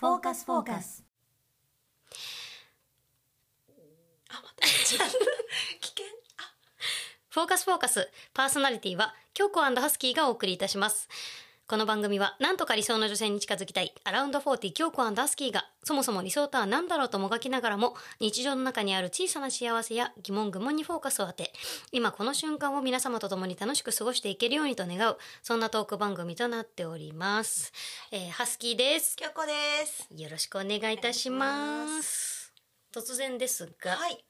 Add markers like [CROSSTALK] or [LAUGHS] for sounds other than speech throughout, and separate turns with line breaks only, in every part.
スフォーカス。
あ、また。危険。あ、
フォーカスフォーカスパーソナリティは京子ハスキーがお送りいたしますこの番組はなんとか理想の女性に近づきたいアラウンド40京子ハスキーがそもそも理想とは何だろうともがきながらも日常の中にある小さな幸せや疑問愚問にフォーカスを当て今この瞬間を皆様と共に楽しく過ごしていけるようにと願うそんなトーク番組となっております、えーハスキーです
京子です。
よろしくお願いいたします突然ですが、
はい。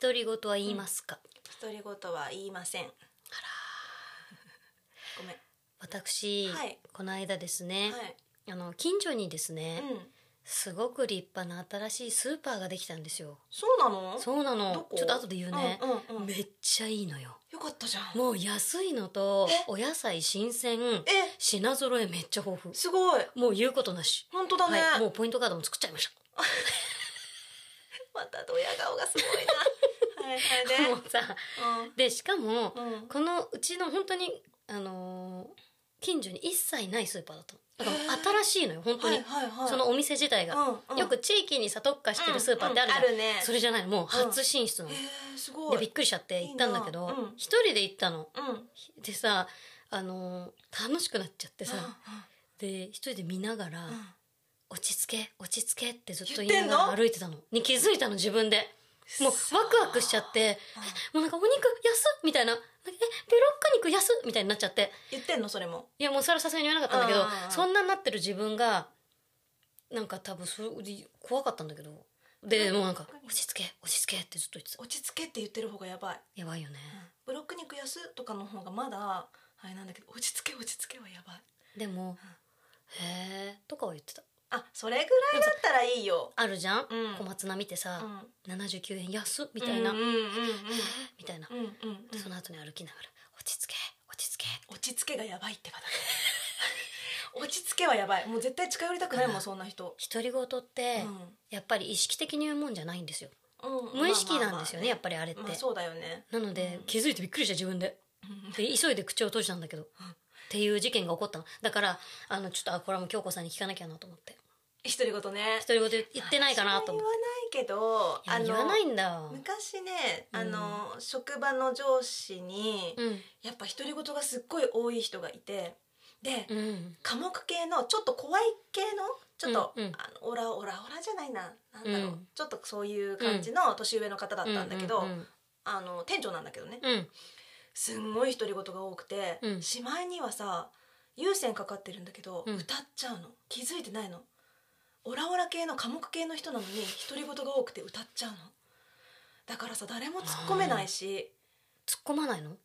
独り言は言いますか、
独り言は言いません。あら。ごめん。
私、
はい
この間ですね、
はい。
あの近所にですね、
うん。
すごく立派な新しいスーパーができたんですよ
そうなの。
そうな
ど
の
こ
ちょっと後で言うね、
うんうんうん
めっちゃいいのよ
よかったじゃん。
もう安いのと
え
お野菜新鮮
え、
品揃えめっちゃ豊富
すごい。
もう言うことなし、
本当だね。
はい、もうポイントカードも作っちゃいまし
またドヤ顔がすごい
[LAUGHS]
な。はいはい
た、も
ね。
うさでしかも、
うん。うん。
このうちの本当にあのー近所に一切ないスーパーだったのだから新しいのよ本当に、
はいはいはい。
そのお店自体が、
うんうん
よく地域にさ特化してるスーパーってあるじゃん、
うんうんあるね
それじゃないのもう初進出なの、
えー、すご
でびっ
い。
くりしちゃって行ったんだけ
いい
ど
なうん
一、人で行ったの
うん。うん
でさあのー楽しくなっちゃってさ、で一人で見ながら、
うん
落ち着け落ち着けってずっと言
言っ
いなが
てん
ら
の
歩いてたのに気づいたの自分でもうワクワクしちゃってもうなんかお肉安っみたいなえブロック肉安っみたいになっちゃって
言ってんのそれも。
いやもうそれはさすがに言わなかったんだけど
うんうんうん
そんなになってる自分がなんか多分それ怖かったんだけどでもうなんか「落ち着け落ち着け」ってずっと言ってた
落ち着けって言ってる方がやばい。
やばいよね
ブロック肉安とかの方がまだあれなんだけど落ち着け落ち着けはやばい。
でも「へえ」とかは言ってた
あそれぐらいだったらいいよ。
あるじゃん
うん
小松菜見て
う
さ
ん
「79円安っ」みたいな
うんうんうんうん
「みたいな
うんうんうん
でその後に歩きながら「落ち着け落ち着け」
落ち着けがやばいってばだ落ち着け [LAUGHS] はやばい。もう絶対近寄りたくないもんそんな人。
独り言って
うん
やっぱり意識的に言うもんじゃないんですよ
うん
無意識なんですよねやっぱりあれっ
まあまあまあ
て
まあそうだよね。 [LAUGHS]
なので気づいてびっくりした自分で
うん
で急いで口を閉じたんだけどっていう事件が起こったのだからあのちょっとあこれはもう京子さんに聞かなきゃなと思って
独り言ね。
独り言言ってないかなと思っ
言わ
て
ないけど、
いや言わないんだ
昔ね、あの職場の上司に、
うん
やっぱ独り言がすっごい多い人がいてで、
うん
寡黙系のちょっと怖い系のちょっと、
うんうん
あのオラオラオラじゃないななんだろう、
うん
ちょっとそういう感じの年上の方だったんだけど、
うん
あの店長なんだけどね
うん
すんごい独り言が多くて、
うん
しまいにはさ有線かかってるんだけど、
うん
歌っちゃうの気づいてないのオラオラ系の寡黙系の人なのに独り言が多くて歌っちゃうのだからさ誰も突っ込めないし。
突っ込まないの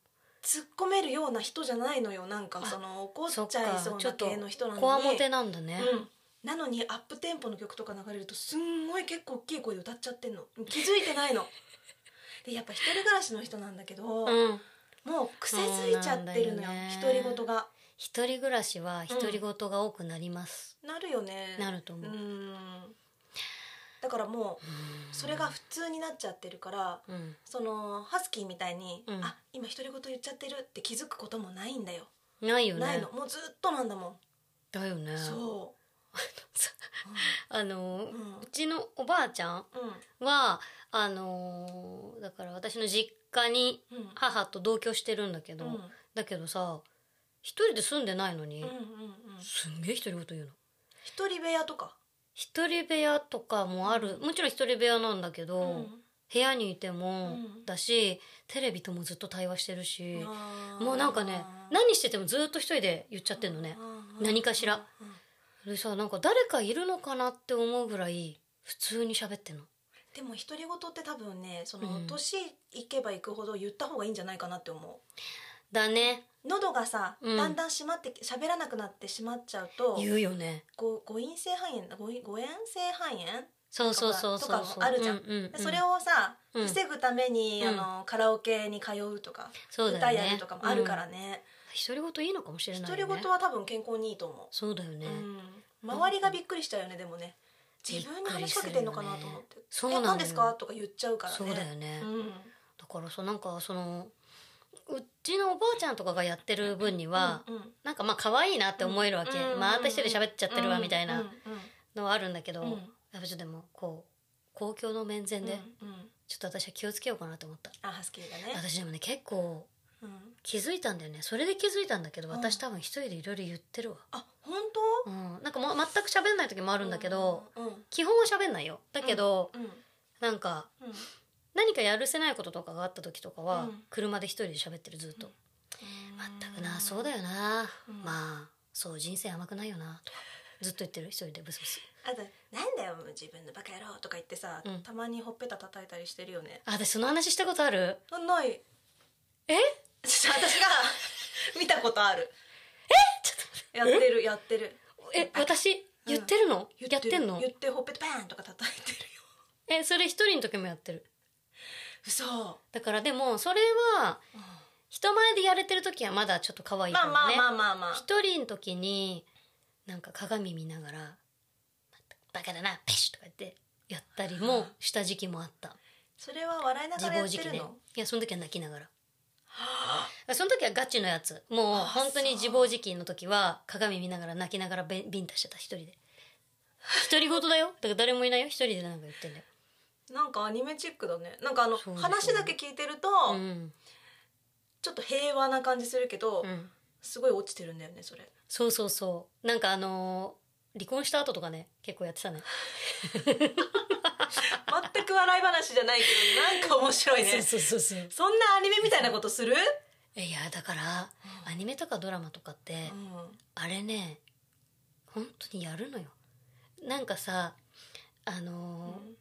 突っ込めるような人じゃないのよなんかその怒っち
そっ
ゃい
か
そう
ちょ
な
っと
系の人なのに
こわもてなんだね
うん、なのにアップテンポの曲とか流れるとすんごい結構大きい声で歌っちゃってんの気づいてないの
[LAUGHS]
でやっぱ一人暮らしの人なんだけど、
うん
もう癖づいちゃってるのよ
そうなんだよね
独り言が
一人暮らしは独り言が多くなります
なるよね
なると
う
思うん
だからもうそれが普通になっちゃってるから
うん
そのハスキーみたいに、
うん
あ今独り言言っちゃってるって気づくこともないんだよ
ないよ
ない
ね
のもうずっとなんだもん
だよね
そ
[LAUGHS] あの
う、うん
うちのおばあちゃん
うん
はあのーだから私の実家に
うん
母と同居してるんだけど、
うん
だけどさ一人で住んでないのに、
うんうんうん
すんげえ独り言言うの
一人部屋とか、
一人部屋とかもあるもちろん一人部屋なんだけど、部屋にいても
うん
だしテレビともずっと対話してるし、
あー
もうなんかね何しててもずっと一人で言っちゃってんのね、
うん
何かしら
うん
でさなんか誰かいるのかなって思うぐらい普通に喋ってんの
でも独り言って多分ねその
うん
年いけばいくほど言った方がいいんじゃないかなって思
だね
う喉がさ、
うん
だんだん閉まって喋らなくなってしまっちゃうと
言うよね
ご誤飲性肺炎誤飲誤嚥性肺炎
そうそうそうそ
と
う
か
そう
もあるじゃん
ううう
でそれをさ、
うん
防ぐために、
うん
あのカラオケに通うとか、
そうだ
歌
よ
や
ね
るとかもあるからね
独り言いいのかもしれない
独
よ
り
ね
言は多分健康にいいと思う
そうだよね、
うん、周りがびっくりしちゃうよねでもね自分に話しかけてんのかなと思って「
そう
え
なのよ
何ですか?」とか言っちゃうからね
そうだよね、
うん
だからさなんかそのうちのおばあちゃんとかがやってる分には、
うんうん
なんかまあ可愛いなって思えるわけ、
うん
まああんた一人で喋っちゃってるわみたいな、
うんうんうん
のはあるんだけど、
うん
やっぱちょっとでもこう公共の面前で、
うんうん、
ちょっと私は気をつけようかなと思った
あハスキーがね、
私でもね結構
うん、
気づいたんだよねそれで気づいたんだけど
うん
私多分一人でいろいろ言ってるわ、
あ本
う
当
ん、なんかもう全く喋んない時もあ
あ
るんだけど、、
うんうん
基本は喋んないよだけど、
うん
なんか
うん、
何かやるせないこととかがあった時とかは、
うん
車で一人で喋ってるずっと、全くなそうだよな、
うん
まあそう人生甘くないよなとかずっと言ってる一人でブスブス
あと「なんだよもう自分のバカ野郎」とか言ってさ、
うん
たまにほっぺた叩いたりしてるよね
あ私その話したことある
あない
え
私が見たことあるえちょっとやってるやってる
え
あ
私言ってるの、
言
やってんの
言ってほっぺたバーンとか叩いてるよ
えそれ一人の時もやってる
嘘、
だからでもそれは
うん
人前でやれてる時はまだちょっと可愛い
ま
か
あ
も
まあ
ね
まあまあまあ
一人の時になんか鏡見ながら「バカだなペシュ」とか言ってやったりもした時期もあった
それは笑いなが
自
らや
暴
っ
自
て
棄
る
で
の
いやその時は泣きながら
はあ
その時はガチのやつもう
あ
本当に
そう
自暴自棄の時は鏡見ながら泣きながらビンビンタしてた一人で独り言だよだから誰もいないよ一人でなんか言ってんだよ、
なんかアニメチックだねなんかあの
そうですね
話だけ聞いてると、
うん
ちょっと平和な感じするけど、
うん、
すごい落ちてるんだよねそれ
そうそうそうなんかあのー離婚した後とかね結構やってたね
全く笑い話じゃないけどなんか面白いね
[LAUGHS] そうそうそうそう
そんなアニメみたいなことする、
いやだからアニメとかドラマとかって、
う
あれね本当にやるのよなんかさあのー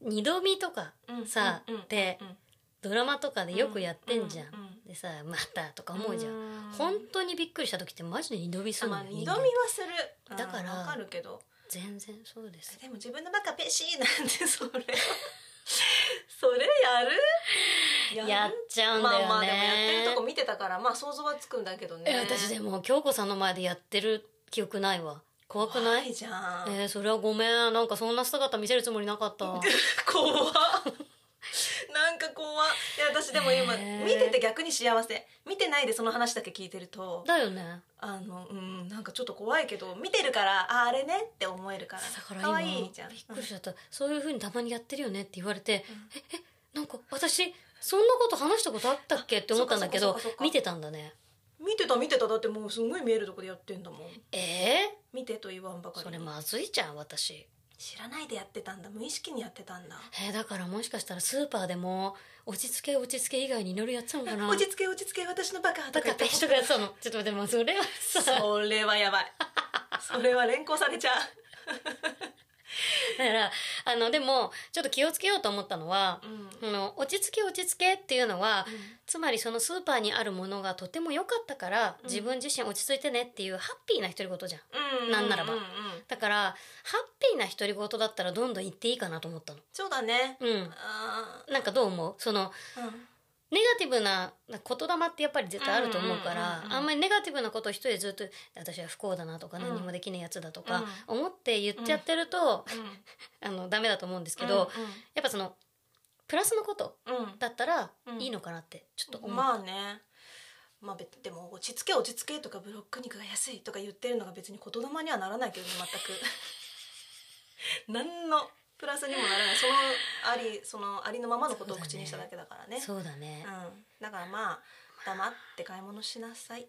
二度見とか
ん
さ、
うんうん
で
うん
ドラマとかでよくやってんじゃん、
うんうん
でさまたとか思うじゃん、
うん
本当にびっくりした時ってマジで二度見す
あ
るの
ま
よ
あ、二
人
度
間
見はするうん
だから
わかるけど
全然そうです
でも自分のバカペシーなんてそれ [LAUGHS] それやるる
やっちゃうんだよね、
まあまあでもやってるとこ見てたからまあ想像はつくんだけどね
え私でも京子さんの前でやってる記憶ないわ怖く
怖
ない
いじゃん、
えーそれはごめんなんかそんな姿見せるつもりなかった
[LAUGHS] 怖っなんか怖っいや私でも今
ねえ
見てて逆に幸せ見てないでその話だけ聞いてると
だよね
あのうんなんかちょっと怖いけど見てるからああれねって思えるから
だから
可
今
愛いじゃん
びっくりしちゃった、そういうふうにたまにやってるよねって言われて、ええなんか私そんなこと話したことあったっけって思ったんだけ
そっ
ど
かそっかそっか
見てたんだね
うん見てた見てただってもうすんごい見えるとこでやってんだもん
え
見てと言わんば
ー、
か
そ
り
れ
に
まずいじゃん私、
知らないでやってたんだ無意識にやってたんだ
えーだからもしかしたらスーパーでも落ち着け落ち着け以外にいろいろやってたのかな
落ち着け落ち着け私のバカ
だ
とか
か
言
ら
って
人がやってたのちょっと待ってもうそれはさ
それは
[LAUGHS]
やばいそれは連行されちゃう
だからあのでもちょっと気をつけようと思ったのは、
うん
あの落ち着け落ち着けっていうのは、
うん
つまりそのスーパーにあるものがとても良かったから、
うん
自分自身落ち着いてねっていうハッピーな独り言じゃん
うん
なんならば
うんうん
だからハッピーな独り言だったらどんどん言っていいかなと思ったの
そうだね
うん
あ
なんかどう思うその
ーうん
ネガティブな言霊ってやっぱり絶対あると思う
う
から、
んうんうんうん
あんまりネガティブなことを一人でずっと私は不幸だなとか何もできないやつだとか、思って言っちゃってると、あのダメだと思うんですけど、やっぱそのプラスのこと
うんうん
だったら
うん
いいのかなってちょっと思う、
まあねまあ別でも落ち着け落ち着けとかブロック肉が安いとか言ってるのが別に言霊にはならないけどね全く [LAUGHS] 何のプラスにもならないそのありそのありのままのことを口にしただけだからね
そうだね、
うん、だからまあ黙って買い物しなさい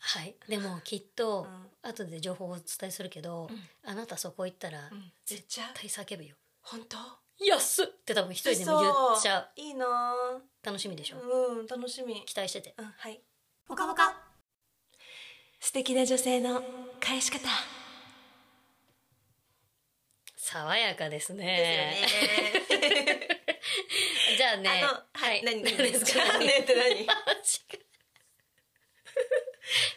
はいでもきっと
う
後で情報をお伝えするけど、
うん
あなたそこ行ったら
絶
絶
対
対叫ぶよ
本当
「安っ!」って多分一人でも言っちゃう
嘘いいな
楽しみでしょ、
ーうん楽しみ
期待してて
うんはいぽかぽか素敵な女性の返し方
爽やかですね
ですよね。
じゃあね
[LAUGHS] あの、はい、何、何
[LAUGHS] 何
で
ですす
か。
か
ねって何。
[LAUGHS]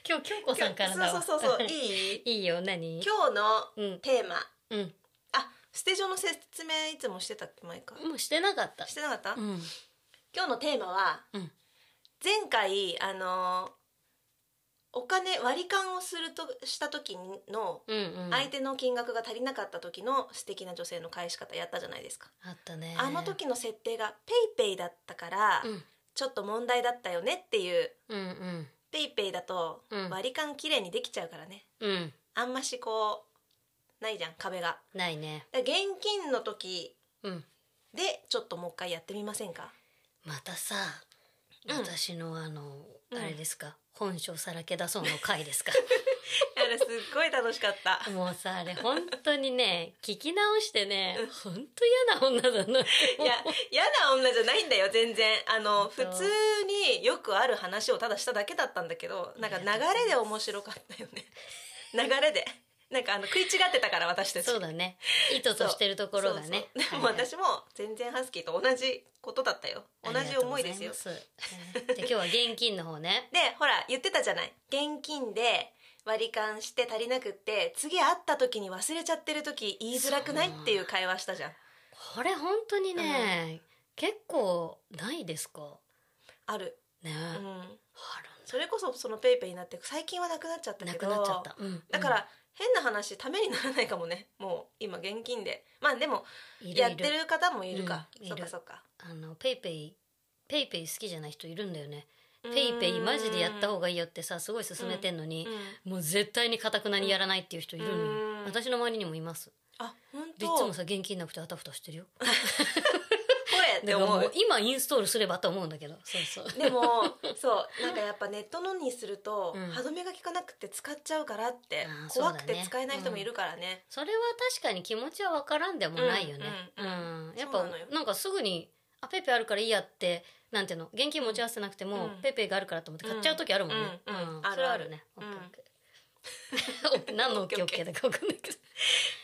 今日京子さんからだわ
そうそうそうそう、いい。
いいよ何
今日
う
の
ん
テーマ、
うん
あ、ステージ上の説明いつもしてたっけ、前か。
もうしてなかった
してなかった。
うん
今日のテーマは、
うん
前回、あのー。お金割り勘をするとした時の
うんうん
相手の金額が足りなかった時の素敵な女性の返し方やったじゃないですか、
あったね
あの時の設定がペイペイだったから、
うん
ちょっと問題だったよねっていう
うんうん
ペイペイだと
うん
割り勘綺麗にできちゃうからね、
うん
あんましこうないじゃん壁が
ないね
だから現金の時
うん
でちょっともう一回やってみませんか
またさ
うん
私のあの、
うん
あれですか本性さらけ出そうの回で
[LAUGHS]
すか
あれすっごい楽しかった
もうさあれ本当にね聞き直してね本当嫌な女だない
や嫌な女じゃないんだよ全然あの普
本当
通によくある話をただしただけだったんだけどなんか流れで面白かったよね流れでなんかあの食い違ってたから私たち
そうだね意図としてるところがね
そうそうでも
はいはい
私も全然ハスキーと同じことだったよ同じ思いですよ
ありがとうございますで今日は現金の方ね
でほら言ってたじゃない現金で割り勘して足りなくって次会った時に忘れちゃってる時言いづらくない
そう
っていう会話したじゃん
これ本当にね、結構ないですか
ある、
ね、
うん
あるん、
それこそそのペイペイになって最近はなくなっちゃった
な
け
く
ど
なっちゃった、うん
だから、変な話ためにならないかもねもう今現金でまあでも
うんいる
やっ
い
て
る
る方もいるか、
うんい
そ
る
っかそっか
あのペイペイペイペイ好きじゃない人いるんだよねペイペイマジでやった方がいいよってさすごい勧めてんのに
う、ん
もう絶対にかたくなにやらないっていう人いるのよ
うん
私の周りにもいます
あ本
でいつ
当
もさ現金なくてあたふたしてるよ
これっ
だ
て
から
思
も
う
う今インストールすればと思うんだけどそうそう
[LAUGHS] でもそうなんかやっぱネットのにすると、
うん
歯止めが効かなくて使っちゃうからって
あー
怖く
そうだ
て
ね
使えない人もいるからね
それは確かに気持ちは分からんでもないよね。
う
うんん
うん
やっぱ
そう
な
なのよ
んかすぐに「あペイペイあるからいいや」ってなんていうの現金持ち合わせてなくても、
うん
ペイペイがあるからと思って買っちゃう時あるもんね。
うんうんうんあ
そ
る
れは
あ
あ
る
るね。
うん
オッケーオッケー [LAUGHS] 何のオッケーオッケーだか分かんないけど。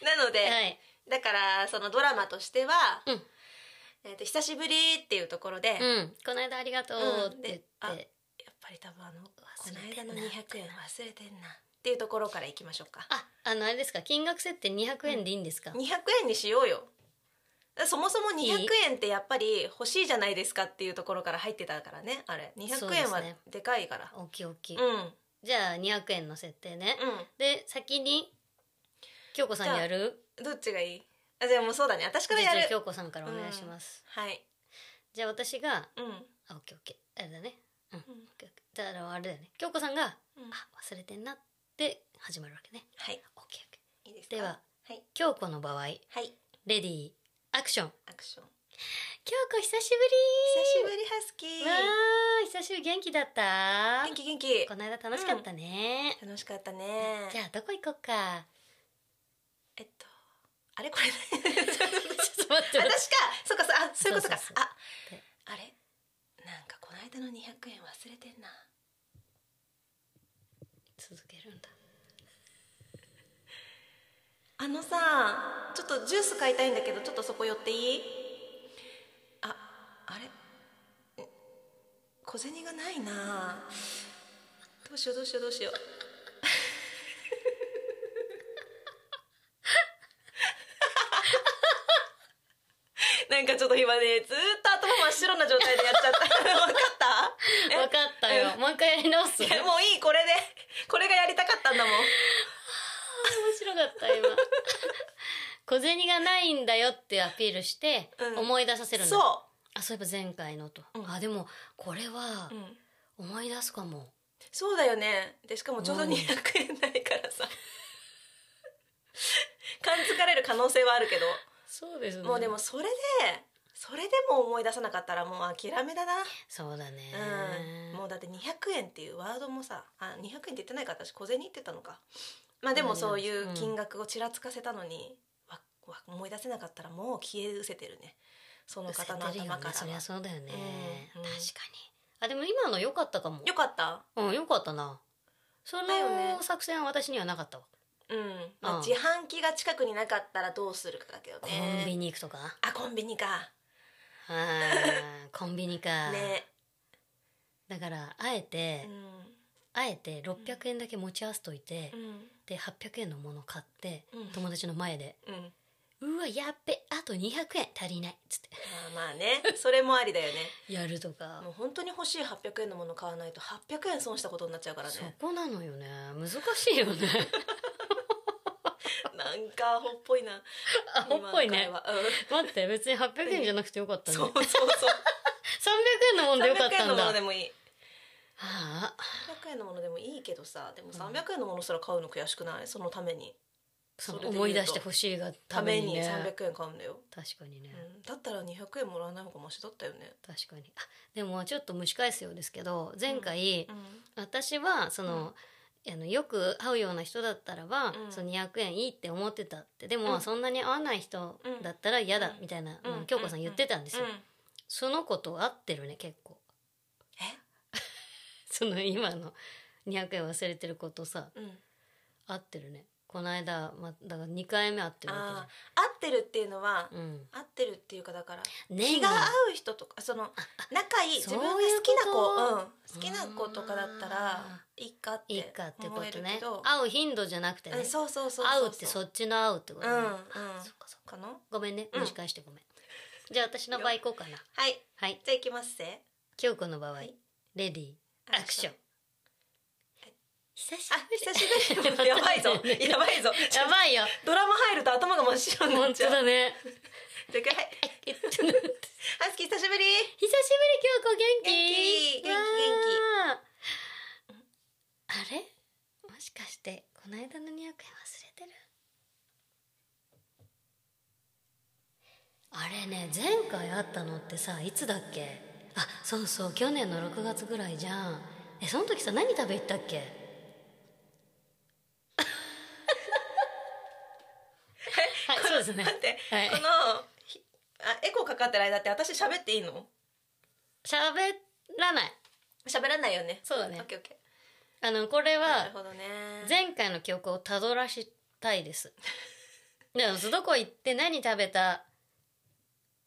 なので、
はい。
だからそのドラマとしては、
うん
えー、と久しぶりっていうところで、やっ
うん。この間ありがとうって
うん
言っ
で
て。
ぱり多分あのこの
忘れて
間
ん
の
な
200円忘れてんなっていうところからいきましょうか
ああのあれですか金額設定200円でいいんですか、
200円にしようよそもそも
いい
200円ってやっぱり欲しいじゃないですかっていうところから入ってたからねあれ
そ
200
うで
円
す
は
ね
でかいから
大きい大きい、
うん
じゃあ200円の設定ね、
うん
で先に京子さんにやる
どっちがいいあじゃあもうそうだね私から
じゃ
や
あ
る
京子さんからお願いします、
はい
じゃあ私が
うん
あ、オッケーオッケー。あれだね。うん。
うん
オッケーオッケーだからあれだよね。京子さんが、
うん
あ、忘れてんなって始まるわけね。
はい
オッケーオッケ
いいです
ー。
か
では、
はい
京子の場合、レ
はい
ディー、アクション。
アクション
京子久し
久し
ぶ
ぶ
り
りハスキ
わ
ー
ーい、久しぶり元気だった
元気元気
この間楽しかったね。
楽しかったね
じゃあどこ行こう
[LAUGHS]
か。
えっとあれこれ、ね、
[LAUGHS] ちょっと待って
私
待って。
かそうかそうあそういうことか
そうそう
あ
そうで
あれなんかこの間の200円忘れてんな
続けるんだ。
あのさちょっとジュース買いたいんだけどちょっとそこ寄っていいああれん小銭がないなどうしようどうしようどうし [LAUGHS] ようなんかちょっと今ねずーっと頭真っ白な状態でやっちゃった [LAUGHS] わかったえ
わかったよ。もう一回やり直す。面
いやもういいこれでこれがやりたかったんだもん
白かった、今。小銭がないんだよってアピールして
うん
思い出させるんだ、
そ
あそういえば前回のと、
うん
あでもこれは
う、うん
思い出すかも、
そうだよねでしかもちょうど200
うん
円ないからさ [LAUGHS] 感づかれる可能性はあるけ
そうです
どもうでもそれでそれでも思い出さなかったらもう諦めだな、
そうだね、
うん、もうだって200円っていうワードもさあ200円って言ってないから私小銭言ってたのかまあでもそういう金額をちらつかせたのに、わわ思い出せなかったらもう消え失せてるねその方の
捨ててるよ
頭
ね
から
そり
は
ゃそうだよね、
うんうん
確かにあでも今の良かったかも
よかった
うん良かったなその
だよね
作戦は私にはなかったわ、
うん、まあ
うん
自販機が近くになかったらどうするかだけどね
コンビニ行くとか
あコンビニか [LAUGHS]
あーコンビニか、
ね
だからあえて、あえて600円だけ持ち合わせといて、
うん
で800円のもの買って、
うん
友達の前で
うん
うわやっべあと200円足りないっつっ
まあまあね [LAUGHS] それもありだよね
てやるとか、
もう本当に欲しい800円のもの買わないと800円損したことになっちゃうから
そ
ね
こなのよね難しいよ
[LAUGHS]
ね
なんかアホっぽいな
アホっぽいね
今の会話う
待って別に800円じゃなくてよかった
ん
ね
そう
300
そうそ
円のも
うん
でよかっ
300
た
円のも
んだ
の
は
でもいい
あ
300円のものでもいいけどさでも300円のものすら買うの悔しくないそのために
そ
それで言
の
うと
思い出してほしいがた
た
め
め
に
に
ね
300円買うんだよ、
確かにね、
うん、だったら200円もらわない方がマシだったよね、
確かにあでもちょっと蒸し返すようですけど前回、
うん
私はその、あのよく会うような人だったらば、
うん
その200円いいって思ってたってでも、
うん
そんなに会わない人だったら嫌だみたいな、
うん
うん京子さん言ってたんですよ、
うん
その子と合ってるね結構 [LAUGHS] その今の200円忘れてることさ
え、うん、
合ってるねこの間、ま、だから2回目合ってるわ
あー合ってるっていうのは
けじゃんうん
合ってるっていうかだから
ね
気が合う人とかその仲いい自
そうい
分
う
が
こと
好きな子うん好きな子とかだったら
あ
いいかって
いいかってこ
思え
と
る
ね
けど
会う頻度じゃなくてね
うんそうそうそう
会うってそ
っ
っちの会うってことね、
うんうん
あそっかそっか
かな
ごめんね
うん
蒸し返してごめん、じゃあ私の場合行こうかな
はい
はい
じゃあいきますせ
京子の場合、
はい
レディーアクション久し
あ久し
[LAUGHS]
ぶりやばいぞやばいぞ
や
[LAUGHS]
ばいよ
ドラマ入ると頭が真っ白になっ
本当
ちゃう [LAUGHS]
だね
でかい
えちょっと待って
ハスキー久しぶり
久しぶり京子元
元気元
気
気元気
わああれもしかしてこの間の200円忘れてるあれね前回会ったのってさいつだっけあそうそう去年の6月ぐらいじゃんえその時さ何食べ行ったっ [LAUGHS] けはいそうです [LAUGHS] ね
待って
はい
このひあエコーかかってる間って私喋っていいの
喋らない
喋らないよね
そうだ
オ
ね
ッケーオッケ
あのこれ
ーなる
は
ほどね
前回の記憶をたどらした
[LAUGHS]
いです。でもどこ行って何食べた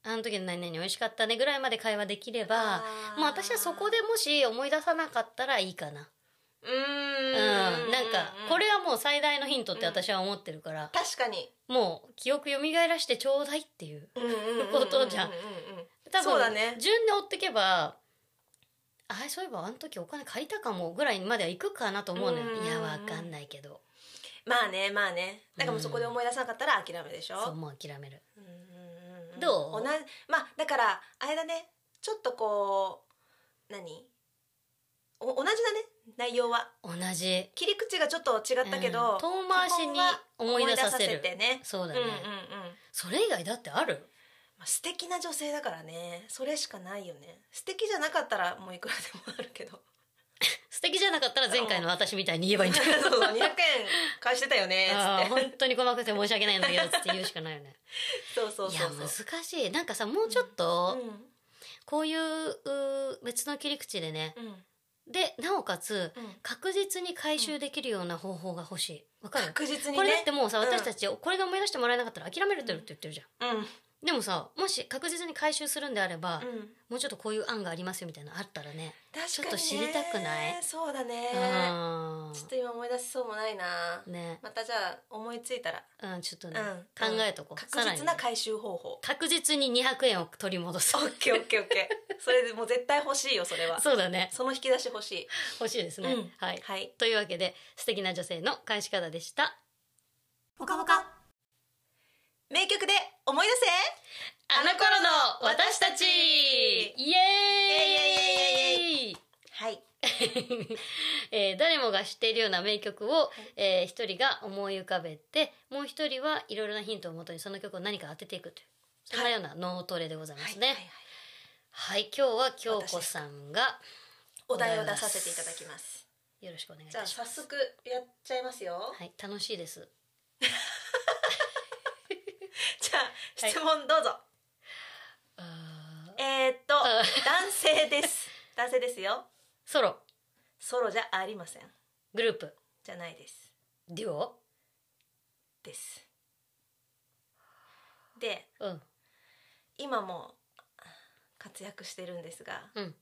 あの時の何々美味しかったねぐらいまで会話できれば
あー
もう私はそこでもし思い出さなかったらいいかな。
うー
うんん、なんかこれはもう最大のヒントって私は思ってるから、
確かに
もう記憶蘇らしてちょうだいっていうことじゃん多分
そうだね
順で追ってけばあそういえばあの時お金借りたかもぐらいまでは行くかなと思うの
うんうんう
よ
ん
いやわかんないけど
まあねまあねだからもうそこで思い出さなかったら諦めでし
そう
ょ
もう諦める
うんうんん
どう
同じまあだからあれだねちょっとこう何お同じだね内容は
同じ
切り口がちょっと違ったけど
遠回しに思い出させる
思い出てね
そう
う
だ
ん
ね、
うんうん
それ以外だってある
まあ素敵な女性だからねそれしかないよね素敵じゃなかったらもういくらでもあるけ
[LAUGHS]
ど
素敵じゃなかったら前回の私みたいに言えばいいんだ
そう
[LAUGHS] けど
そう200円返してたよね
あ
つ
ー
って
本当に細かくて申し訳ないんだけどつって言うしかない [LAUGHS] よね
そうそうそう
い
そう
や難しいなんかさもうちょっと
うん
こういううー別の切り口でね
うん
でなおかつ
うん
確実に回収できるような方法が欲しいわかる、
確実にね
これだってもうさ
うん
私たちこれで思い出してもらえなかったら諦めれてるって言ってるじゃん、
うん
でもさもし確実に回収するんであれば、
うん
もうちょっとこういう案がありますよみたいなのあったらね
確かにね
ちょっと知りたくない
そうだね
あ
ちょっと今思い出しそうもないな
ね、
またじゃあ思いついたら
うん、ちょっとね、
うん
考えとこう、
確実
さら
な
にね
回収方法
確実に200円を取り戻す
オッケーオッケーオッケ
[LAUGHS]
ーそれでもう絶対欲しいよそれは
そうだね
その引き出し欲しい
欲しいですね、
うん
はい
はい
というわけで素敵な女性の返し方でした
ぽかぽか名曲で思い出せ
あの頃の私たちイエーイ
はい
えー誰もが知っているような名曲を、えー一人が思い浮かべてもう一人はいろいろなヒントをもとにその曲を何か当てていくというそんなような脳トレでございますね。
はいはいはい
はい、今日は京子さんが
お題を出させていただきます
よろしくお願いい
じゃあ
たし
早
ます。
速やっちゃいます
[LAUGHS]
よ
はい、楽しいです。
じゃあ質問どうぞ、
あー
えー、っと
あ
男性
[LAUGHS]
です男性ですよ
ソロ、
ソロじゃありません
グループ、
じゃないです
デュオ、
ですで
うん、
今も活躍してるんですが
うん、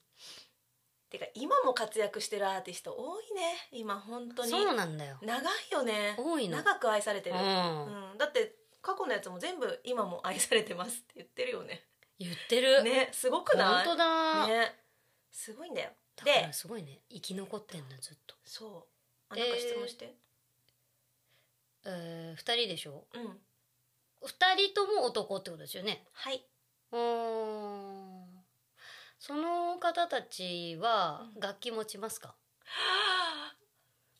てか今も活躍してるアーティスト多いね今本当に
そうなんだよ。
長いよね
多いの
長く愛されて
う
る、
ん、
うんだって過去のやつも全部今も愛されてますって言ってるよね
言ってる。
ねすごくな
本
い
当だ。
ねすごいんだよ
だから
です
ごいね、生き残ってんだずっと。
そうあなんか質問して、
えー、二人でしょ。
うん
二人とも男ってことですよね。
はい、
うーんその方たちは楽器持ちますか、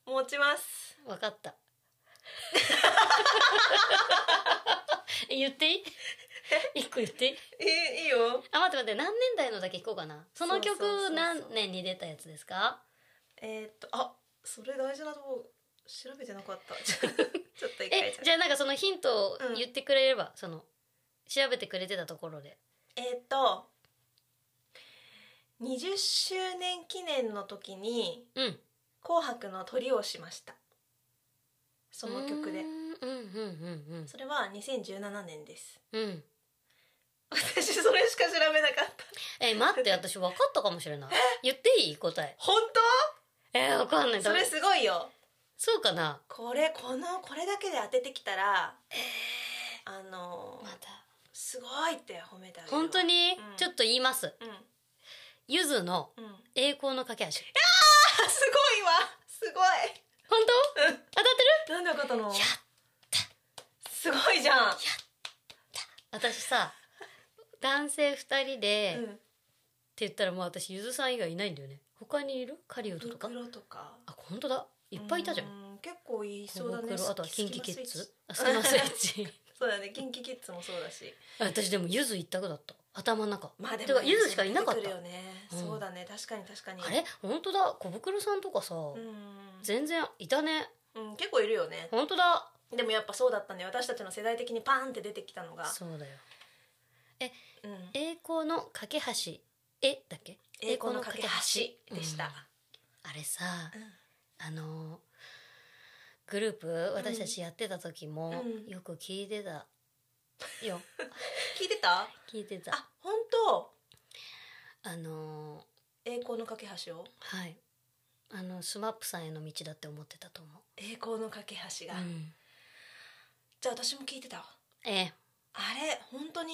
持ちます
[LAUGHS] 分かったえ言っていい [LAUGHS] 一個言っていい
えいいよ
あ待って待って何年代のだけ聞こうかなその曲
そうそうそうそう
何年に出たやつですか
えーっとあそれ大事なとこ調べてなかった [LAUGHS] ちょっと一回
えじゃあなんかそのヒントを
うん
言ってくれれば、その調べてくれてたところで
えーっと20周年記念の時に
うん
「紅白」の鳥をしましたその曲
う
で
んうんうん
それは2017年です
うんうん
私それしか調べなかった
え待って私分かったかもし
[LAUGHS]
れない言っていい答え
本
えー、分かんない
当それすごいよ
そうかな
これこのこれだけで当ててきたらあの
また
すごいって褒めてあげるわ
本当に、
うん
ちょっと言います
うん [LAUGHS]
ゆずの
うん
栄光の架け橋
あすごいわすごい [LAUGHS]
本当、
うん
当たって
なんでよかったの
るや
すごいじゃん
私さ男性二人で、
う
って
ん
言ったらもう私ゆずさん以外いないんだよね他にいるカリウド
ブ
とか
クロとか
あ本当だいっぱいいたじゃん
う結構いそうだ
小
ね
袋あとは
ス
キ
キ
ンキキッ
スキマスイチ
ズあスキマスイッ
[LAUGHS]
チ
そうだねキンキキッズもそうだし
あ私でもゆず一択だった頭の中
まあで
て
も
かゆずしかいなかっ
出て
た、
くるよね
うん
そうだね確かに確かに
あれ本当だ小袋さんとかさ、
うん
全然いたね
うん結構いるよね
本当だ
でもやっぱそうだったね私たちの世代的にパーンって出てきたのが
そうだよ
うん
栄光の架け橋えだっけ
栄光の架け橋でした。
あれさあのグループ私たちやってた時も、
うん
よく聞いてたよ
聞いてた？
聞いてたあ
あ、本当。
の
栄光の架け橋を
はいあのスマップさんへの道だって思ってたと思
栄光の架け橋
う、
が、
うん
じゃあ私も聞いてたわ。
ええ
あれ本当に？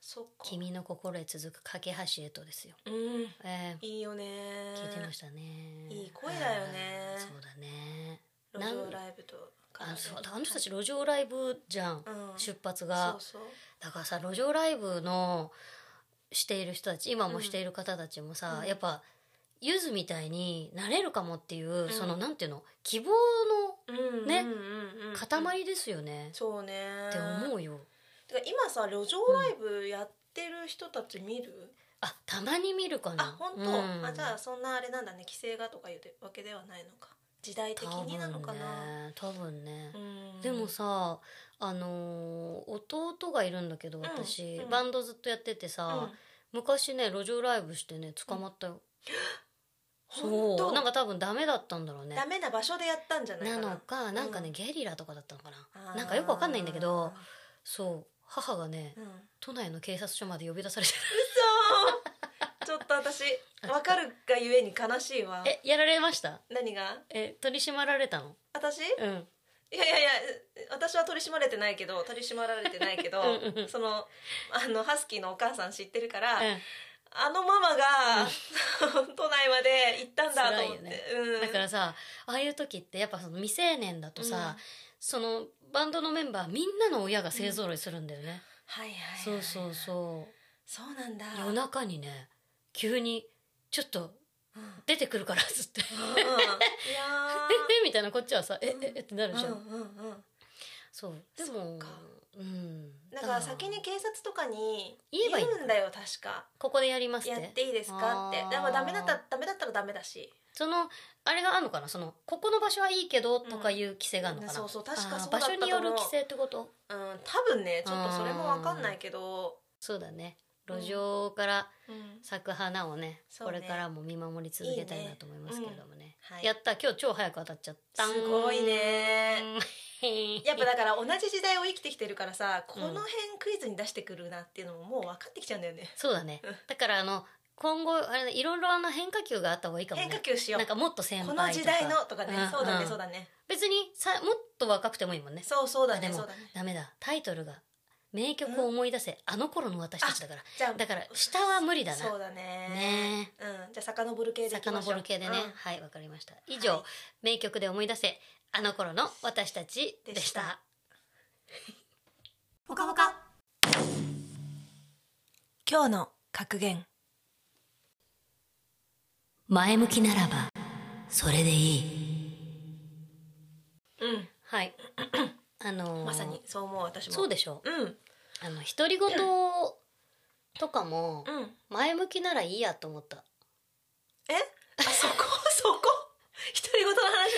そっか。
君の心へ続く架け橋へとですよ
うん。
ええ
いいよね。
聞いてましたね
いい声だよね
はいそうだね
路上ライブとか
あそうあの人たち路上ライブじゃん、
うん
出発
そ
が
うそう。
だからさ路上ライブのしている人たち今もしている方たちもさ、
うん
やっぱゆずみたいになれるかもっていう、
ん
そのなんていうの希望
うん
ね
うんうんうん
の。塊ですよね、
そうね。
って思うよ。
てか今さ路上ライブやってる人たち見る？
あたまに見るかな
あ本当、
うん
あじゃあそんなあれなんだね規制がとかいうわけではないのか時代的になのかな、
多分ね多分ね、
うん
でもさあのー弟がいるんだけど
ん
私、
うん
バンドずっとやっててさ、昔ね路上ライブしてね捕まったよ、
うん、
そうなん
か
か多分ダメだったんだろうね
ダメな場所でやったんじゃない
な
かな
のかなんかね、
うん
ゲリラとかだったのか
あ
な
ー
なんかよくわかんないんだけどそう母がね
うん
都内の警察署まで呼び出されて
そうちょっと私わかるがゆえに悲しいわ
[LAUGHS] えやられました
何が
え取り締まられたの
私い
うん
やいやいや私は取り締まれてないけど取り締まられてないけど
うんうん
そのあのハスキーのお母さん知ってるから、
う
あのママが、 [LAUGHS] 都内まで行ったんだと思っ
辛
て、
いよね
うん
んだからさああいう時ってやっぱその未成年だとさ、そのバンドのメンバーみんなの親が勢ぞろいするんだよね、
はいはい、はい、
そうそうそ
そうなんだ
う夜中にね急にちょっと
うん
出てくるからっつって「
うん
え
いや
[LAUGHS] えみたいなこっちはさ「えええって [LAUGHS] なるじゃ
ー
ん、
うんうんうん
そうで
そ
も
っか
うん
だから先に警察とかに
言えばいい
うんだよ確か
ここでやりますっ
や
て
っていいですかって
あー
でもダメだったらダメだったらダメだし
そのあれがあるのかなそのここの場所はいいけどとかいう規制があるのかな、
うんそうそう確か
あー
そうだったと思う
場所による規制ってこと
うん多分ねちょっとそれもわかんないけど
そうだね
うん
路上から
うん
咲く花をね,、
そう
こ
ね
れからも見守り続けたい
いい
な
ね
と思いますけれどもね
うんはい
やった今日超早く当たっちゃった
すごいねやっぱ
だ
だから同じ時代を生きてきてるからさこの辺クイズに出してくるなっていうのももう分かってきちゃうんだよね
そうだね
うん
だからあの今後あれねいろいろあの変化球があった方がいいかもね
変化球しよ
なん
う
かもっと先輩
こと
か
の時代のとかね
うん
そうだ
う
ね
ん
そうだね
別にさもっと若くてもいいもんね
そうそうだ
あ
ね
でも
そうだね
ダメだタイトルが「名曲を思い出せ、あの頃の私たち」だから
じゃあ
だから下は無理だ
そ
な
うだね
ね
うんじゃあ遡る系
え
でいきましょう
遡る系でね、
うん
はいわかりました以上、
はい
名曲で思い出せあの頃の私たち」で
で
し
したたぽかぽか今日の格言
前向きならばそれでいい
う [CLEARS THROAT]
はい。あの
ん、
ー
まさにそう思う私も
そうでしょ。
うんうん
あの独り言とかも前向きならいいやと思った。
えあそこ [LAUGHS] そこ独り言の話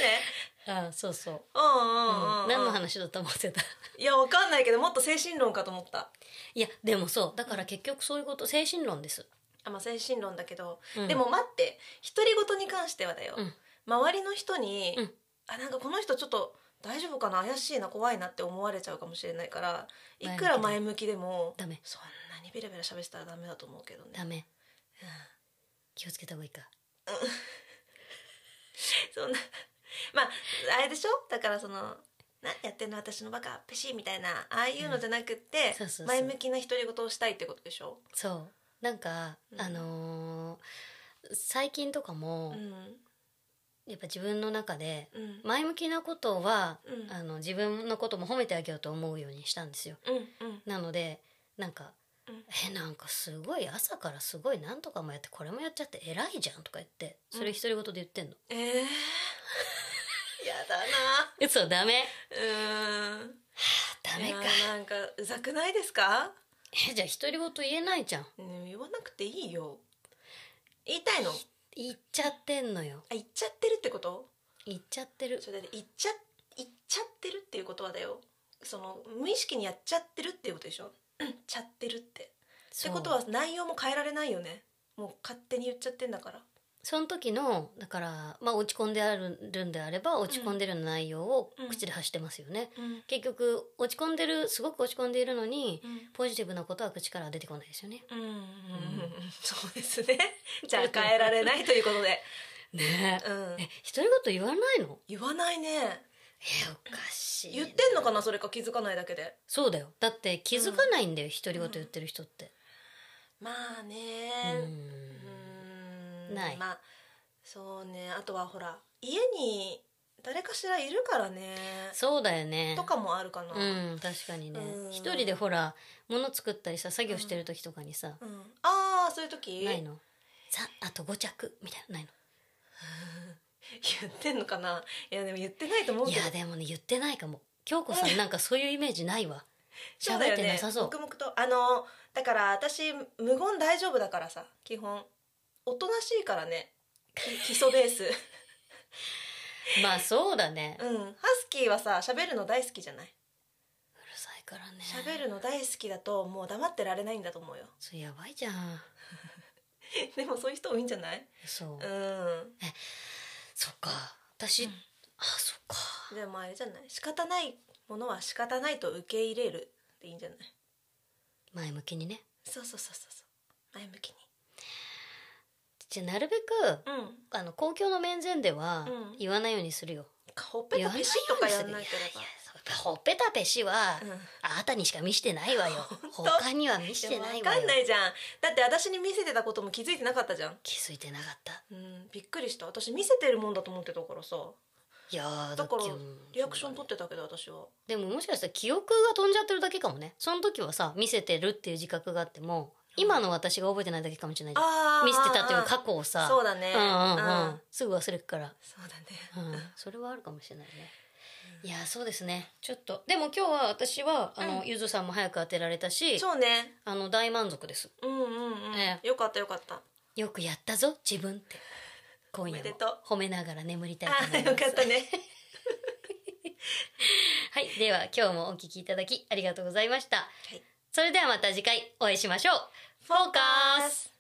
ね
あ、そうそう。
うんうん
う
うん、うん
ん、何の話だと思ってた。 [LAUGHS]
いやわかんないけどもっと精神論かと思った
いやでもそうだから結局そういうこと精神論です。
あまあ精神論だけど、
うん
でも待って独り言に関してはだよ、
うん
周りの人に、
うん
あなんかこの人ちょっと大丈夫かな怪しいな怖いなって思われちゃうかもしれないからいくら前向きでも
ダメ
そんなにベラベラ喋ってたらダメだと思うけどね
ダメ。気をつけた方がいいか。
[LAUGHS] そんなまああれでしょだからその「何やってんの私のバカペシ」みたいなああいうのじゃなくって、
そうそうそう
前向きな独り言をしたいってことでしょ、
そうなんか、
うん
あのー最近とか
う
も、
ん
やっぱ自分の中で
うん
前向きなことは、
うん
あの自分のことも褒めてあげようと思うようにしたんですよ。
うんうん
なのでなんか、
うん
えなんかすごい朝からすごいなんとかもやってこれもやっちゃって偉いじゃんとか言ってそれ独り言で言ってんの。
ええ [LAUGHS] やだな
えそうダメ
うーん
ダメか
い。やなんかうざくないですか、
えじゃあ独り言言えないじゃん。
ね、言わなくていいよ言いたいのあ
言っちゃってんのよ。
言っちゃってるってこと
言っちゃってる
それで言っちゃ言っちゃってるっていうことはだよその無意識にやっちゃってるっていうことでしょ [CLEARS THROAT] うんちゃってるってってことは内容も変えられないよねもう勝手に言っちゃってんだから
その時のだから、まあ、落ち込んであるんであれば落ち込んでる内容を
うん
口で発してますよね、
うん
結局落ち込んでるすごく落ち込んでいるのに
うん
ポジティブなことは口からは出てこないですよね
うん、うん、そうです [LAUGHS] ねじゃあ変えられないということで、
ね
[LAUGHS] うん
え、独り言言わないの
言わないね
えおかしいな
言ってんのかなそれか気づかないだけで
そうだよだって気づかないんだよ、独り言言ってる人って、
まあねうーん
ない
まあそうねあとはほら家に誰かしらいるからね
そうだよね
とかもあるかな、
うん確かにね
うん
一人でほら物作ったりさ作業してる時とかにさ、
うんああそういう時
ないのさあと5着みたいなのない
言ってんのかないやでも言ってないと思う
のい
けど
やでもね言ってないかも京子さんなんかそういうイメージないわ
そうだ
喋
よ
ってな
ね
さ [LAUGHS] そう
黙々とあのだから私無言大丈夫だからさ基本おとなしいからねき基礎ベー
[LAUGHS]
ス
まあそうだねう
うんハスキーはさ喋るの大好きじゃない
るさいからね
喋るの大好きだともう黙ってられないんだと思うよ
それやばいじゃん
でもそういう人多いんじゃない
そう、
うん
そっか私、
うん
あそっか
でもあれじゃない仕方ないものは仕方ないと受け入れるでいいんじゃない
前向きにね
そうそうそうそうそう前向きに
じゃあなるべく
うん
あの公共の面前では
うん
言わないようにするよ、
ほっぺ
言
た
わない
ペ
よ
シッとかや
うんに
なけ
するいやいや
れ
ほっぺたぺし
ば
は、
うん
あなたにしか見してないわよ [LAUGHS] 他には見してない
いや
わ
わか
よ
んないじゃんだって私に見せてたことも気づいてなかったじゃん
気づいてなかった
うんびっくりした私見せてるもんだと思ってたからさ
いやー
だから
ってうん
リアクション取ってたけど私は
でももしかしたら記憶が飛んじゃってるだけかもねその時はさ見せてるっていう自覚があっても今の私が覚えてないだけかもしれないじゃん
あ
見せてたという
か
過去をさ
そうだね
うんうんうん
うん
すぐ忘れるから、
そうだね
うん、それはあるかもしれないね、いやーそうですねちょっとでも今日は私はあの、
うん
ゆずさんも早く当てられたし
そうね
あの大満足です
うんうんうん
え
よかったよかった
よくやったぞ自分って今夜
おめ
も
でとう
褒めながら眠りたいと
あ
思い
ー
ま
[LAUGHS]
す
よかったね
はいでは今日もお聞きいただきありがとうございました
はい
それではまた次回お会いしましょうフォーカス